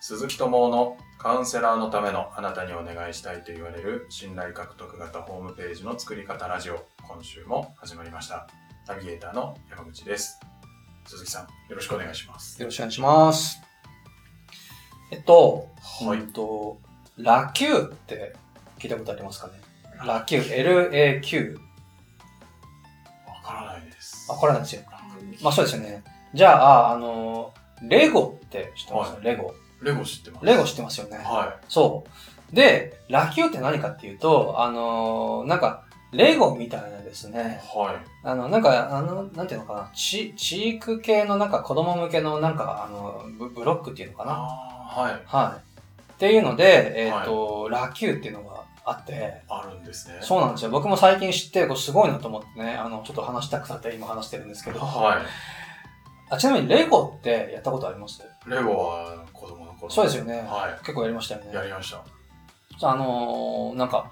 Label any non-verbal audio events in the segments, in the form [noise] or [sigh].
鈴木智夫のカウンセラーのためのあなたにお願いしたいと言われる信頼獲得型ホームページの作り方ラジオ今週も始まりましたナビゲーターの山口です鈴木さんよろしくお願いしますよろしくお願いします。えっと、はえいっと、ラキューって聞いたことありますかねラキュー、LAQ。わからないですあ、これなんですよ。まあそうですよね。じゃあ、あの、レゴって知ってます、はいレゴ。レゴ知ってますレゴ知ってますよね。はそう。で、ラキューって何かっていうと、あの、なんか、レゴみたいなですいね。はあの、なんか、あの、なんていうのかな、チチーク系のなんか子供向けのなんか、あの、ブブロックっていうのかいな。あーはいはい。っていうので、えっ、と、ラキューっていうのがあって、あるんですねそうなんですよ。僕も最近知って、こうすごいなと思ってね、あの、ちょっと話したくなって今話してるんですけど、はあちなみにレゴってやったことありますいレゴは子供の頃そうですよね。は結構やりましたよいやね。りましたあのーなんか、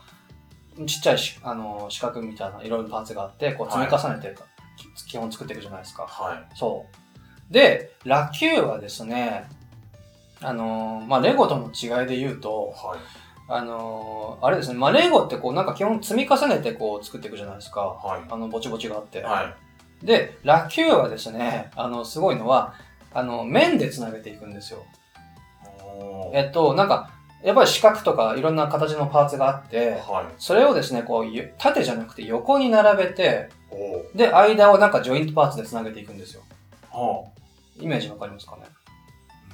ちっちゃいし、あのー四角みたいないろいろパーツがあって、こう積み重ねて、き基本作っていくじゃないですか。はいそう。で、ラキューはですね、あのーまあ、レゴとの違いで言うと、はいあのーあれですね、まあ、レゴってこうなんか基本積み重ねてこう作っていくじゃないですか。はあの、ぼちぼちがあって。いはいで、ラキューはですね、あの、すごいのは、あの、面で繋げていくんですよ。おーえっと、なんか、やっぱり四角とかいろんな形のパーツがあって、はいそれをですね、こう、ゆ縦じゃなくて横に並べて、おーで、間をなんかジョイントパーツで繋げていくんですよ。はイメージわかりますかね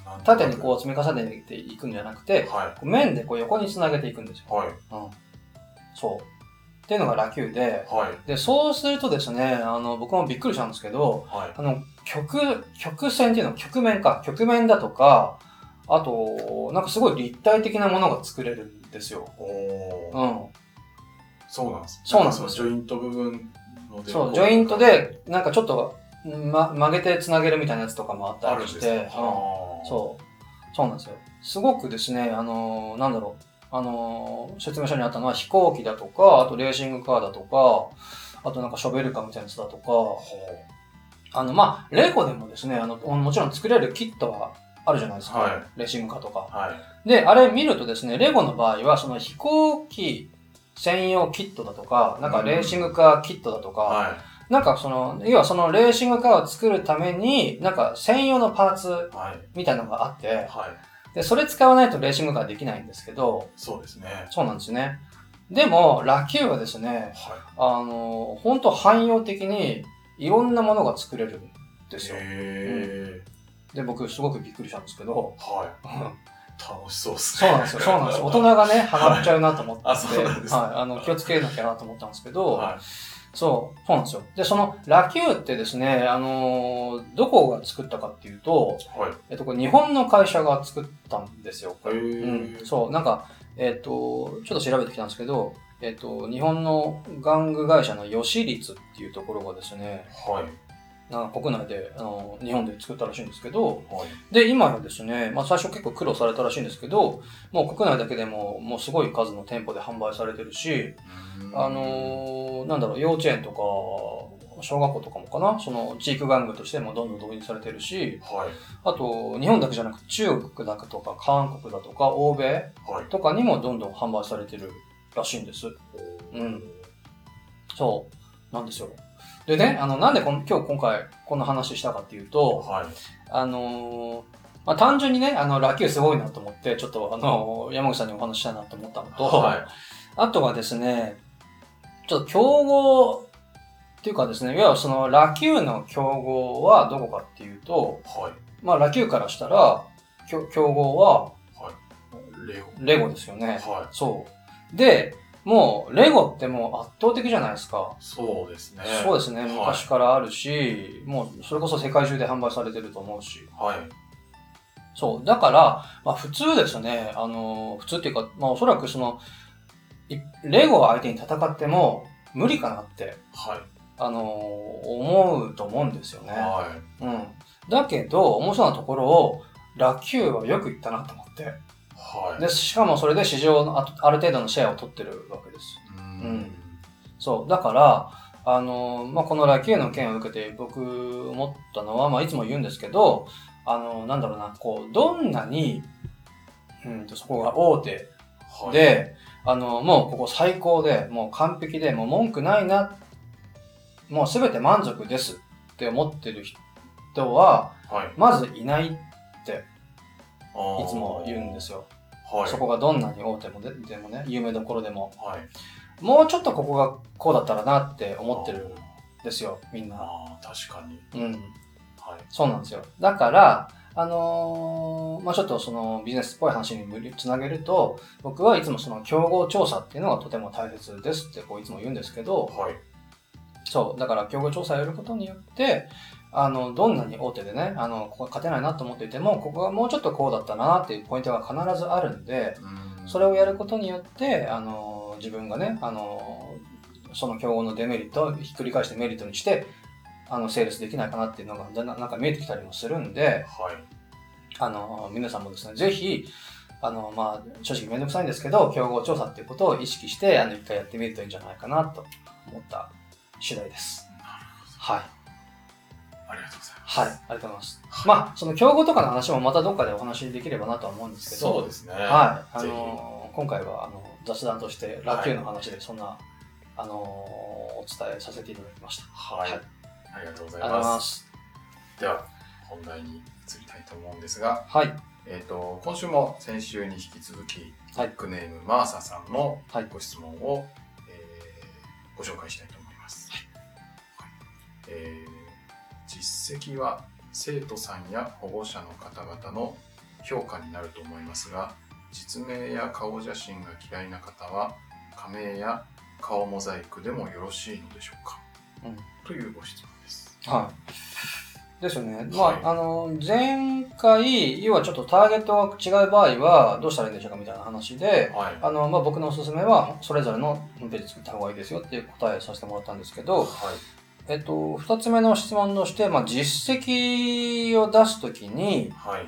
あなんとなく縦にこう積み重ねていくんじゃなくて、はこう面でこう横に繋げていくんですよい。はいうん。そう。っていうのがラキューで、はいで、そうするとですね、あの、僕もびっくりしたんですけど、はいあの、曲、曲線っていうの、曲面か、曲面だとか、あと、なんかすごい立体的なものが作れるんですよ。おうおーん。そうなんですそうなんですかそのジョイント部分のでそこう、ジョイントで、なんかちょっと、ま、曲げて繋げるみたいなやつとかもあったあるりんでしすて、ねあうんーそう。そうなんですよ。すごくですね、あのーなんだろう。あのー説明書にあったのは飛行機だとか、あとレーシングカーだとか、あとなんかショベルカーみたいなやつだとか、ほあの、まあ、レゴでもですね、あの、もちろん作れるキットはあるじゃないですか。はいレーシングカーとうか。はいで、あれ見るとですね、レゴの場合は、その飛行機専用キットだとか、なんかレーシングカーキットだとか、はなんかその、要はそのレーシングカーを作るために、なんか専用のパーツいはいみたいなのがあって、はいで、それ使わないとレーシングカーできないんですけど、そうですねそうなんですね。でも、ラキューはですね、はあの、本当汎用的にいろんなものが作れるんいですよ。へえで、僕すごくびっくりしたんですけど、はうんい楽しそうですそうなんですよ、そうなんですよ。大人がね、ハマっちゃうなと思って、あそうなんですねはい、あの、気をつけなきゃなと思ったんですけど、はそう、そうなんですよ。で、その、ラキューってですね、あのーどこが作ったかっていうと、いはいえっと、これ日本の会社が作ったんですよ。へうんえ、そう、なんか、えっ、と、ちょっと調べてきたんですけど、えっ、と、日本の玩具会社の吉立っていうところがですね、はいなんか国内で、あの、日本で作ったらしいんですけど、はいで、今はですね、まあ最初結構苦労されたらしいんですけど、もう国内だけでも、もうすごい数の店舗で販売されてるし、あのーなんだろう、幼稚園とか、小学校とかもかな、その地域玩具としてもどんどん導入されてるし、はいあと、日本だけじゃなくて中国だとか、韓国だとか、欧米はいとかにもどんどん販売されてるらしいんです。うん。そう。なんですよ。でね、あの、なんでこん今日今回こんな話したかっていうと、はいあのーまあ、単純にね、あの、ラキューすごいなと思って、ちょっとあの、山口さんにお話ししたいなと思ったのと、はあとはですね、ちょっと競合っていうかですね、いわゆるそのラキューの競合はどこかっていうと、いはまあ、ラキューからしたら、きょ競合はいレゴレゴですよね。はそう。で、もう、レゴってもう圧倒的じゃないですか。いそうですねそうですね、はい昔からあるし、もう、それこそ世界中で販売されてると思うし。はいそう。だから、まあ普通ですね、あの、普通っていうか、まあおそらくその、いレゴ相手に戦っても無理かなって、はいあの、思うと思うんですよね。はうん。だけど、面白なところを、ラキューはよく言ったなと思って。いはいで、しかもそれで市場のあある程度のシェアを取ってるわけです。ううんそう。だから、あの、まあ、このラキューの件を受けて僕思ったのは、まあ、いつも言うんですけど、あの、なんだろうな、こう、どんなにうんと、そこが大手はい、で、あの、もうここ最高で、もう完璧で、もう文句ないな、もうすべて満足ですって思ってる人は、はい、いまずいないっていつつも言うんですよ。よはい、そこがどんなに大手もででもね、有名どころでも、はい、もうちょっとここがこうだったらなって思ってるんですよ、みんあー。な。あー確かに。うん。はい。そうなんですよ。だから、あのーまあ、ちょっとそのビジネスっぽい話につなげると、僕はいつもその競合調査っていうのがとても大切ですってこういつも言うんですけど、はい。そう、だから競合調査をやることによって、あの、どんなに大手でね、あの、ここ勝てないなと思っていても、ここがもうちょっとこうだったなっていうポイントが必ずあるんで、うんそれをやることによって、あの、自分がね、あの、その競合のデメリットをひっくり返してメリットにして、あの、セールスできないかなっていうのが、だななんか見えてきたりもするんで、はい。あの、皆さんもですね、ぜひ、あの、まあ、正直めんどくさいんですけど、競合調査っていうことを意識して、あの、一回やってみるといいんじゃないかなと思った次第です。はい。ありがとうございます。はい。ありがとうございます。まあ、その競合とかの話もまたどっかでお話しできればなとは思うんですけど、そうですね。はい。あぜひ。のー今回はあの雑談として、ラッキューの話でそんな、あのーお伝えさせていただきました。はいはい。ありがとうござあいりがとうございま。ますす。では、本題に移りたいと思うんですが、はい。えっ、と、今週も先週に引き続き、はいニックネームマーサさんのはいご質問を、えーご紹介したいと思います。はいえー実績は生徒さんや保護者の方々の評価になると思いますが、実名や顔写真が嫌いな方は、仮名や顔モザイクでもよろしいのでしょうか、うんというご質問です。はい。ですよね。まあ、はいあのー前回、要はちょっとターゲットが違う場合は、どうしたらいいんでしょうかみたいな話で、はい。あのーまあ、僕のおすすめは、それぞれのホームページ作った方がいいですよっていう答えさせてもらったんですけど、はいえっと、二つ目の質問として、まあ、実績を出すときに、はい。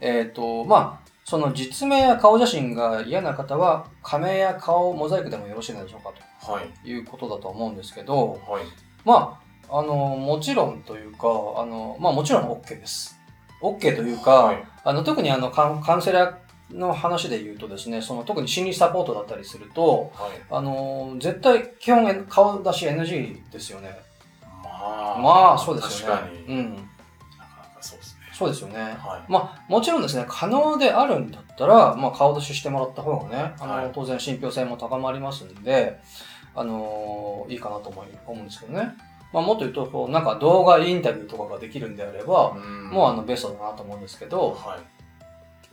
えっ、と、まあ、その実名や顔写真が嫌な方は、仮名や顔モザイクでもよろしいのでしょうかはい。ということだと思うんですけど、はい。まあ、あの、もちろんというか、あの、まあもちろん OK です。OK というか、はい。あの、特にあの、カウンカウンセラーの話で言うとですね、その特に心理サポートだったりすると、はい。あの、絶対基本え顔出し NG ですよね。まあ、まあ、そうですよね。確かに、なうかん。なかそうですね。そうですよね。はい。まあ、もちろんですね、可能であるんだったら、まあ、顔出ししてもらった方がね、あの、はい当然信憑性も高まりますんで、あのーいいかなと思い思うんですけどね。まあ、もっと言うと、こう、なんか動画インタビューとかができるんであれば、もうあの、ベストだなと思うんですけうん、ど、はい。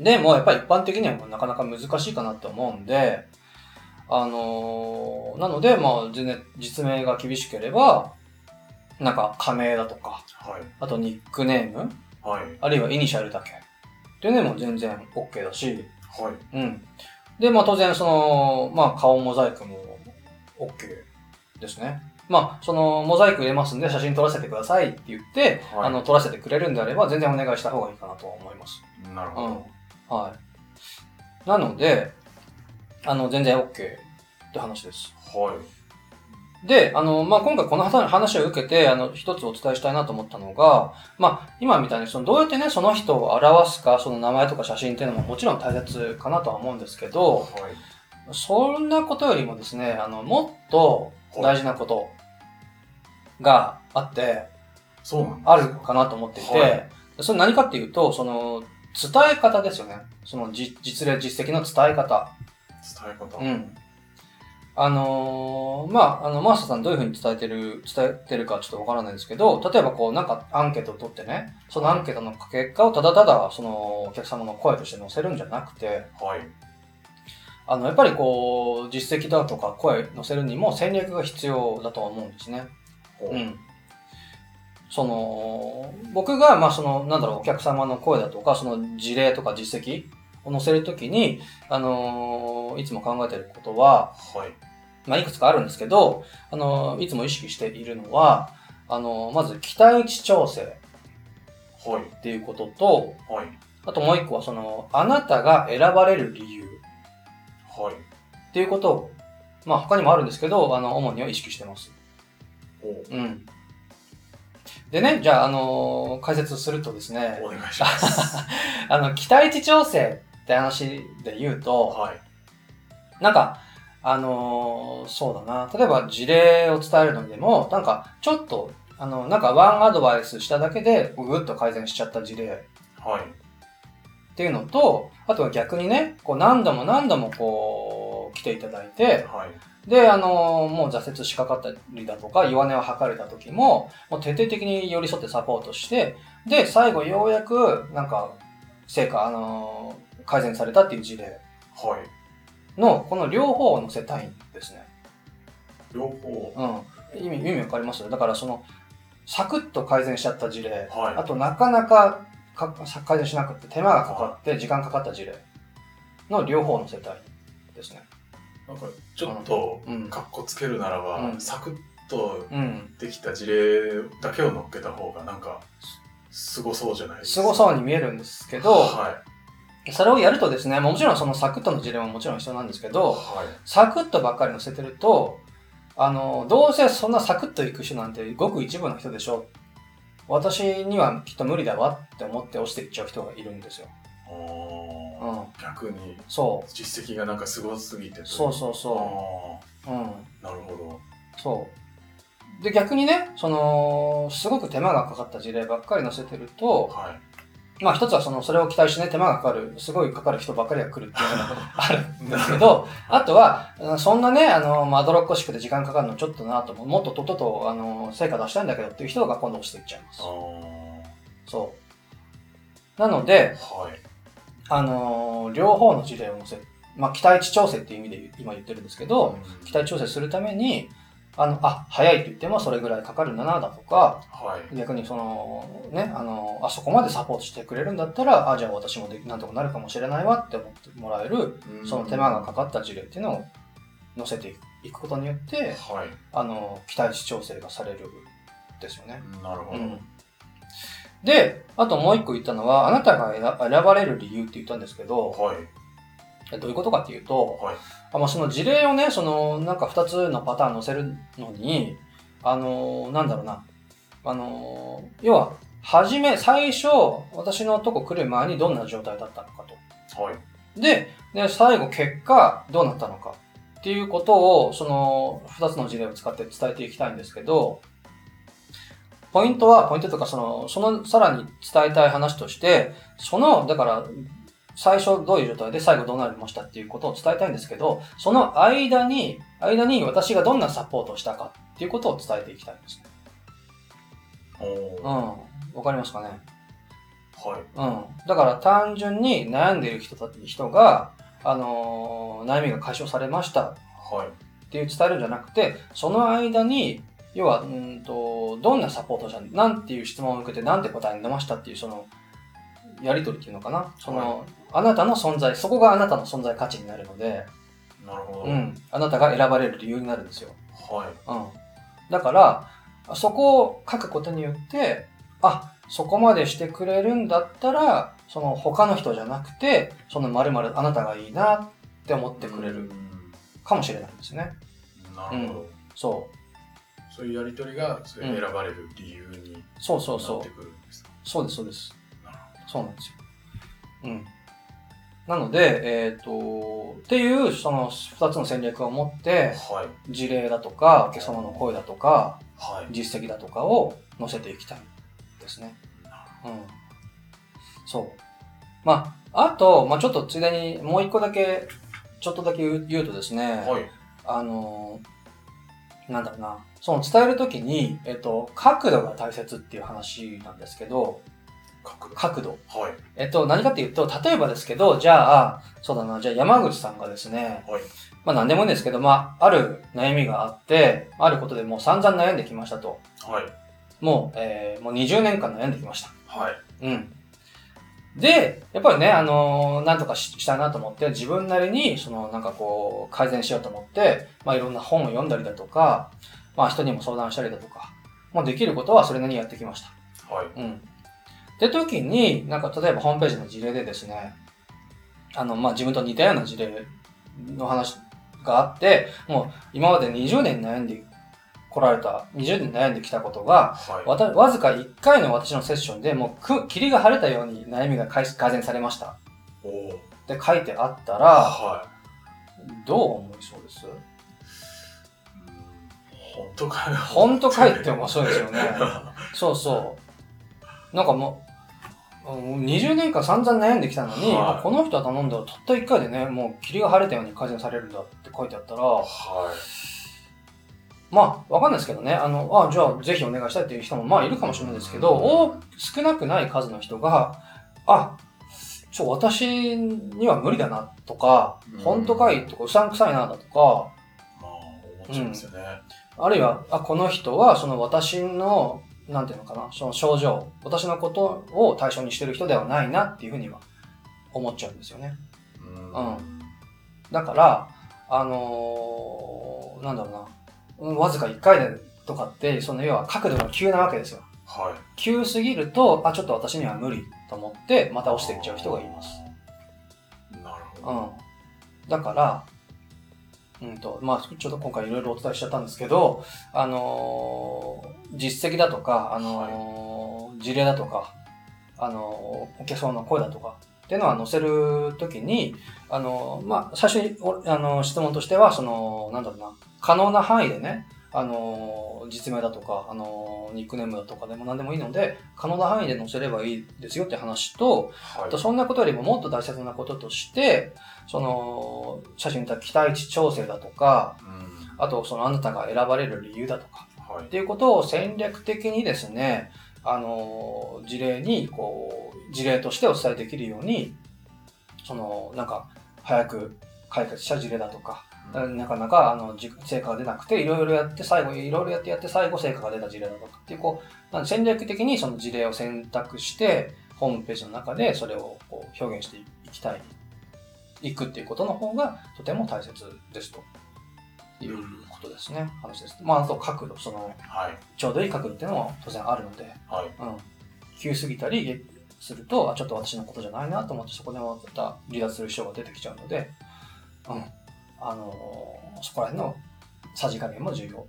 でもやっぱり一般的にはなかなか難しいかなって思うんで、あのーなので、まあ、全然実名が厳しければ、なんか仮名だとか、はい。あとニックネーム、はい。あるいはイニシャルだけ。っていうのも全然 OK だし、はい。うん。で、まあ当然その、まあ顔モザイクも OK ですね。まあそのモザイク入れますんで写真撮らせてくださいって言って、はいあの撮らせてくれるんであれば全然お願いした方がいいかなとは思います。なるほど。うん。はい。なので、あの全然 OK って話です。はい。で、あの、まあ、今回この話を受けて、あの、一つお伝えしたいなと思ったのが、まあ、今みたいに、その、どうやってね、その人を表すか、その名前とか写真っていうのももちろん大切かなとは思うんですけど、はい。そんなことよりもですね、あの、もっと大事なことがあって、そうなんですあるかなと思っていて、はいそれ何かっていうと、その、伝え方ですよね。その、じ実例、実績の伝え方。伝え方。はうい。ん。あのーまあ、あの、マーサさんどういうふうに伝えてる、伝えてるかちょっとわからないんですけど、例えばこう、なんかアンケートを取ってね、そのアンケートの結果をただただ、その、お客様の声として載せるんじゃなくて、あの、やっぱりこう、実績だとか声載せるにも戦略が必要だとは思うんですね。ほううん。その、僕が、まあ、その、なんだろう、お客様の声だとか、その事例とか実績を載せるときに、あのーいつも考えてることは、はい。まあ、いくつかあるんですけど、あのーいつも意識しているのは、あのーまず、期待値調整はい。っていうことと、はい。あともう一個は、その、あなたが選ばれる理由はい。っていうことを、まあ、他にもあるんですけど、あの、主には意識してます。ほううん。でね、じゃあ、あのー解説するとですね、 [laughs] お願いします。あの、期待値調整って話で言うと、はい。なんか、あのーそうだな。例えば事例を伝えるのでも、なんか、ちょっと、あの、なんかワンアドバイスしただけで、ぐっと改善しちゃった事例はい。っていうのと、あとは逆にね、こう何度も何度もこう、来ていただいて、はい。で、あのーもう挫折しかかったりだとか、弱音を吐かれた時も、もう徹底的に寄り添ってサポートして、で、最後ようやく、なんか、成果、あのー改善されたっていう事例はい。の、この両方を載せたいんですね。両方。うん、意味意味わかりますだからそのサクッと改善しちゃった事例、はいあとなかなかか改善しなくて手間がかかって時間かかった事例の両方の載せたいですね。なんか、ちょっと、うんかっこつけるならば、うんサクッとうん、できた事例だけを乗っけた方が、なんか、すすごそうじゃないですすか。ごそうに見えるんですけど、はそれをやるとですね、もちろんそのサクッとの事例ももちろん必要なんですけい。ど、はい。サクッとばっかり載せてると、あの、どうせそんなサクッといく人なんてごく一部の人でしょ。私にはきっと無理だわって思って落ちていっちゃう人がいるんですよ。おーうん。逆に、そう。実績がなんかすごすぎてといそうそうそあう。うん。ーなるほそう。で、逆にね、その、すごく手間がかかった事例ばっかり載せてるど。と、はい。まあ一つはその、それを期待してね、手間がかかる、すごいかかる人ばっかりが来るっていうのがあるんですけど、あとは、うんそんなね、あの、まどろっこしくて時間かかるのちょっとなと思う、もっととっとと、あの、成果出したいんだけどっていう人が今度落ちていっちゃいますあ。あそう。なので、はい。あの両方の事例を載せ、まあ期待値調整っていう意味で今言ってるんですけど、うん期待調整するためにあのあ早いって言ってもそれぐらいかかるんだなだとかはい。逆にそのねあのあそこまでサポートしてくれるんだったらあじゃあ私もでなんとかなるかもしれないわって思ってもらえるうんその手間がかかった事例っていうのを載せていくことによってはい。あの期待値調整がされるんですよね。なるほうど。んで、あともう一個言ったのは、あなたが選選ばれる理由って言ったんですけど、はい。どういうことかっていうと、はいあまあ、その事例をね、そのなんか2つのパターン載せるのに、あのーなんだろうな、あのー要は、初め、最初、私のとこ来る前にどんな状態だったのかはい。と。で、で最後、結果、どうなったのかっていうことを、その2つの事例を使って伝えていきたいんですけど、ポイントは、ポイントというか、その、その、さらに伝えたい話として、その、だから、最初どういう状態で最後どうなりましたっていうことを伝えたいんですけど、その間に、間に私がどんなサポートをしたかっていうことを伝えていきたいんですね。おうん。ーわかりますかねはい。うん。だから単純に悩んでいる人た人が、あのー悩みが解消されましたはい。っていう伝えるんじゃなくて、その間に、要は、うーんと、どんなサポートをしたなんていう質問を受けて、なんて答えに出ましたっていう、その、やりとりっていうのかな。その、あなたの存在、そこがあなたの存在価値になるので、なるほど。うん。あなたが選ばれる理由になるんですよ。はい。うん。だから、そこを書くことによって、あ、そこまでしてくれるんだったら、その他の人じゃなくて、その〇〇あなたがいいなって思ってくれうるんかもしれないんですね。なるほど。そう。そういうやりとりが、そういう選ばれる理由にそうそなうそっうて。くるんです。そうです、そうですなる。そうなんですよ。うん。なので、えっ、と、っていう、その二つの戦略を持って、はい。事例だとか、お客様の声だとか、はい。実績だとかを載せていきたいですね。うん。そう。まあ、あと、まあちょっとついでにもう一個だけ、ちょっとだけ言う言うとですね、はい。あのーなんだろうな、その伝えるときに、えっ、と、角度が大切っていう話なんですけど、角度。角度。はい。えっと、何かっていうと、例えばですけど、じゃあ、そうだな、じゃあ山口さんがですね、はい。まあ何でもいいんですけど、まあ、ある悩みがあって、あることでもう散々悩んできましたと。はい。もう、えーもう20年間悩んできました。はい。うん。で、やっぱりね、あのーなんとかししたいなと思って、自分なりに、その、なんかこう、改善しようと思って、まあいろんな本を読んだりだとか、まあ人にも相談したりだとか、もうできることはそれなりにやってきました。はい。うん。って時に、なんか例えばホームページの事例でですね、あの、まあ、自分と似たような事例の話があって、もう今まで20年悩んで来られた、20年悩んできたことが、はわたわずか1回の私のセッションでもうく霧が晴れたように悩みが解消改善されました。い。おお。って書いてあったら、はどう思いそうですい。うん本当かよ。本当かいって面白いですよね。そうそう。なんかもう、うん20年間散々悩んできたのに、はいあこの人は頼んだらたった1回でね、もう霧が晴れたように改善されるんだって書いてあったら、はまあ、わかんないですけどね、あの、あ、じゃあぜひお願いしたいっていう人も、まあいるかもしれないですけど、多少なくない数の人が、あ、ちょ、私には無理だなとかう、ん本当かいとか、うさんくさいなだとか、い。まあ、思っちゃいますよね。あるいは、あ、この人は、その私の、なんていうのかな、その症状、私のことを対象にしてる人ではないなっていうふうには思っちゃうんですよね。うん。うんだから、あのーなんだろうな、うんわずか1回でとかって、その要は角度が急なわけですよ。はい。急すぎると、あ、ちょっと私には無理と思って、また落ちてっちゃう人がいます。。なるうほど。ん。だから、うんと、まあ、ちょっと今回いろいろお伝えしちゃったんですけど、あのー実績だとか、あのー事例だとか、あのーお客様の声だとか、っていうのは載せるときに、あのーまあ、最初に、おあのー質問としては、その、なんだろうな、可能な範囲でね、あのー実名だとか、あのーニックネームだとかでも何でもいいので、可能な範囲で載せればいいですよって話と、はあいと。そんなことよりももっと大切なこととして、その、写真と期待値調整だとか、うんあとそのあなたが選ばれる理由だとか、はっい。ていうことを戦略的にですね、あの、事例に、こう、事例としてお伝えできるように、その、なんか、早く解決した事例だとか、なかなかあのじ成果が出なくて、いろいろやって、最後、いろいろやってやって、最後成果が出た事例だとかっていう、こう、なんで戦略的にその事例を選択して、ホームページの中でそれをこう表現していきたい、いくっていうことの方がとても大切ですということですね、話です。まあ、あと角度、その、はい。ちょうどいい角度っていうのも当然あるので、はい。うん。急すぎたりすると、あちょっと私のことじゃないなと思って、そこでまた離脱する人が出てきちゃうので、うん。あのーそこら辺のさじ加減も重要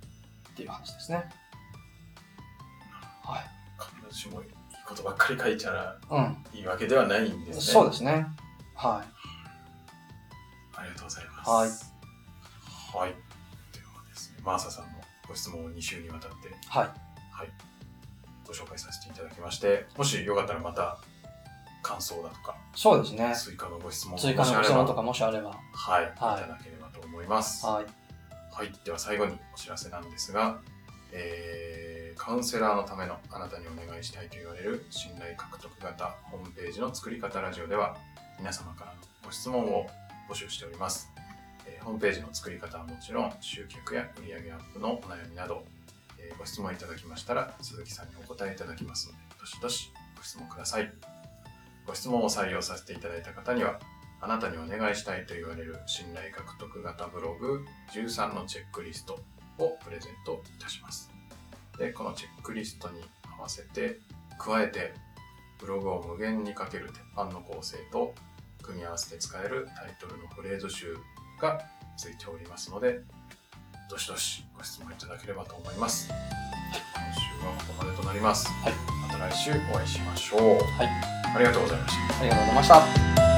っていう話ですね。はい。必ずしもいいことばっかり書いちゃらうん。いいわけではないんですね。そうですね。はありがとうございはます。はい。はい。ではですね、マーサさんのご質問を2週にわたって、い。はい。ご紹介させていただきまして、もしよかったらまた感想だとか、そうですね。追加のご質問追加ものしあごれ質ば問とかもしあれば。はい、はいい、ただければと思います。ははい。い、では最後にお知らせなんですが、えーカウンセラーのためのあなたにお願いしたいと言われる信頼獲得型ホームページの作り方ラジオでは、皆様からのご質問を募集しております。えーホームページの作り方はもちろん、集客や売上アップのお悩みなど、えーご質問いただきましたら、鈴木さんにお答えいただきますので、どしどしご質問ください。ご質問を採用させていただいた方には、あなたにお願いしたいと言われる信頼獲得型ブログ13のチェックリストをプレゼントいたします。で、このチェックリストに合わせて、加えて、ブログを無限にかける鉄板の構成と、組み合わせて使えるタイトルのフレーズ集がついておりますので、どしどしご質問いただければと思います。今週はここまでとなります。はいまた来週お会いしましょう。はいありがとうございました。ありがとうございました。